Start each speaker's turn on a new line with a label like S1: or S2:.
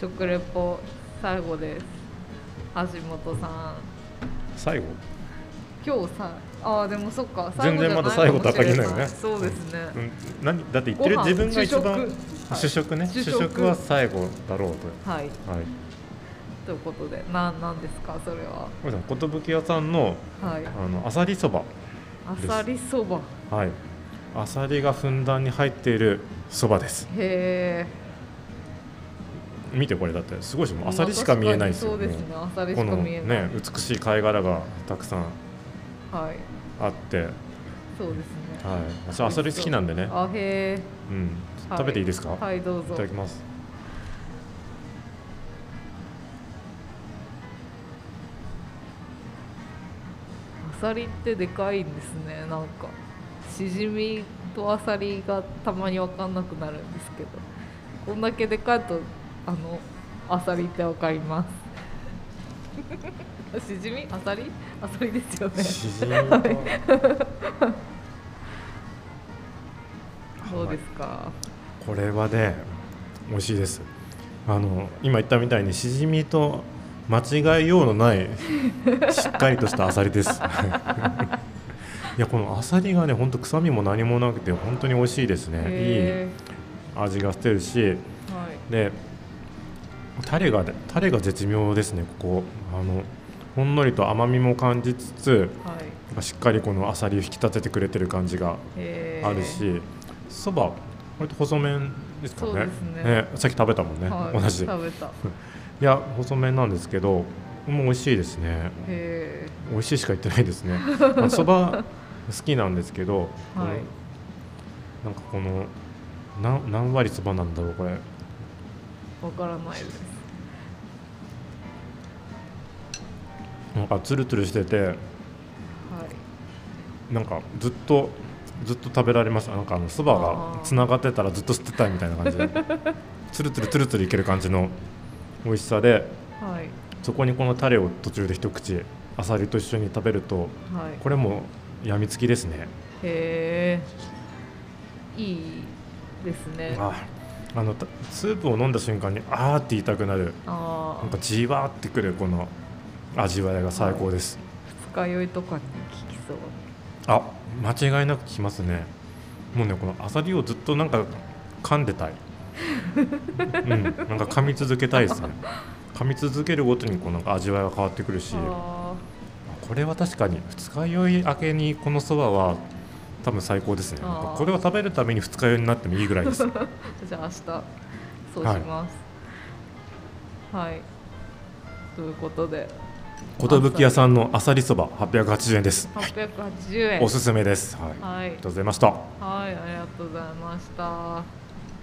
S1: 食レポ最後です橋本さん
S2: 最後
S1: 今日さあーでもそっか
S2: 全然まだ
S1: 最後じゃ
S2: 最後とは限ら
S1: か
S2: ない
S1: も
S2: よ
S1: し
S2: ね
S1: れそうですね、
S2: うん何だって言ってる
S1: ご飯
S2: 自分が一番
S1: 主
S2: 主
S1: 食
S2: 食ね
S1: 主
S2: 主
S1: 食
S2: 食は最後だろう
S1: はい、はい、
S2: とはい
S1: ということでななんですかそれは
S2: これさ寿屋さんの
S1: はい
S2: あのあさりそば
S1: あさりそば
S2: はいあさりがふんだんに入っているそばです
S1: へえ
S2: 見てこれだってすごいでしょもうあさりしか見えないですよ
S1: そうですねあさりしか
S2: この
S1: 見えない、
S2: ね美しい貝殻がたくさん
S1: はい
S2: あって
S1: そうですね、
S2: はい私あさり好きなんでね
S1: あへえ
S2: うん食べていいですか
S1: はいどう
S2: い
S1: ぞ
S2: ただき ます
S1: アサリってでかいんですねなんかシジミとアサリがたまに分かんなくなるんですけどこんだけでかいとあのアサリって分かります シジミアサリアサリですよね
S2: しじみと
S1: どうですか
S2: これはね美味しいですあの今言ったみたいにしじみと間違いようのないしっかりとしたアサリです いやこのアサリがね本当臭みも何もなくて本当に美味しいですねいい
S1: へ
S2: 味がしてるし
S1: えはい
S2: でタレがねタレが絶妙ですねここあのほんのりと甘みも感じつつ
S1: はい
S2: やっぱしっかりこのアサリを引き立ててくれてる感じが
S1: へえ
S2: あるしそば割と細麺ですかね
S1: そうですね
S2: さっき食べたもんね、
S1: はい、
S2: 同じで
S1: 食べたへ
S2: いや細麺なんですけどもう美味しいですね
S1: え
S2: 美味しいしか言ってな いですねまあそば、好きなんですけど、この
S1: はい
S2: なんかこのなん何割そばなんだろうこれ
S1: 分からないです
S2: なんかツルツルしてて
S1: はい
S2: なんかずっとずっと食べられましたなんかあのそば
S1: あー
S2: がつながってたらずっと吸ってたみたいな感じ でつるつるつるつるいける感じの美味しさで
S1: はい
S2: そこにこのタレを途中で一口あさりと一緒に食べると
S1: はい
S2: これもやみつきですね
S1: へえいいですねあ
S2: ああのたスープを飲んだ瞬間にあーって言いたくなる
S1: あ
S2: なんかじわーってくるこの味わいが最高です、
S1: 二日酔いとかに効きそう
S2: あ間違いなくきますねもうねこのあさりをずっとなんか噛ん でたいうんなんか噛み続けたいですね噛み続けるごとにこうなんか味わいが変わってくるし
S1: あ
S2: これは確かに二日酔い明けにこのそばは多分最高ですね
S1: あー
S2: なんかこれを食べるために二日酔いになってもいいぐらいです
S1: ーじゃあ明日そうしますはい、ということで
S2: 寿屋さんのあさりそば880円です
S1: 880円
S2: おすすめですはい、あり
S1: はい
S2: がとうございました
S1: はいありがとうございました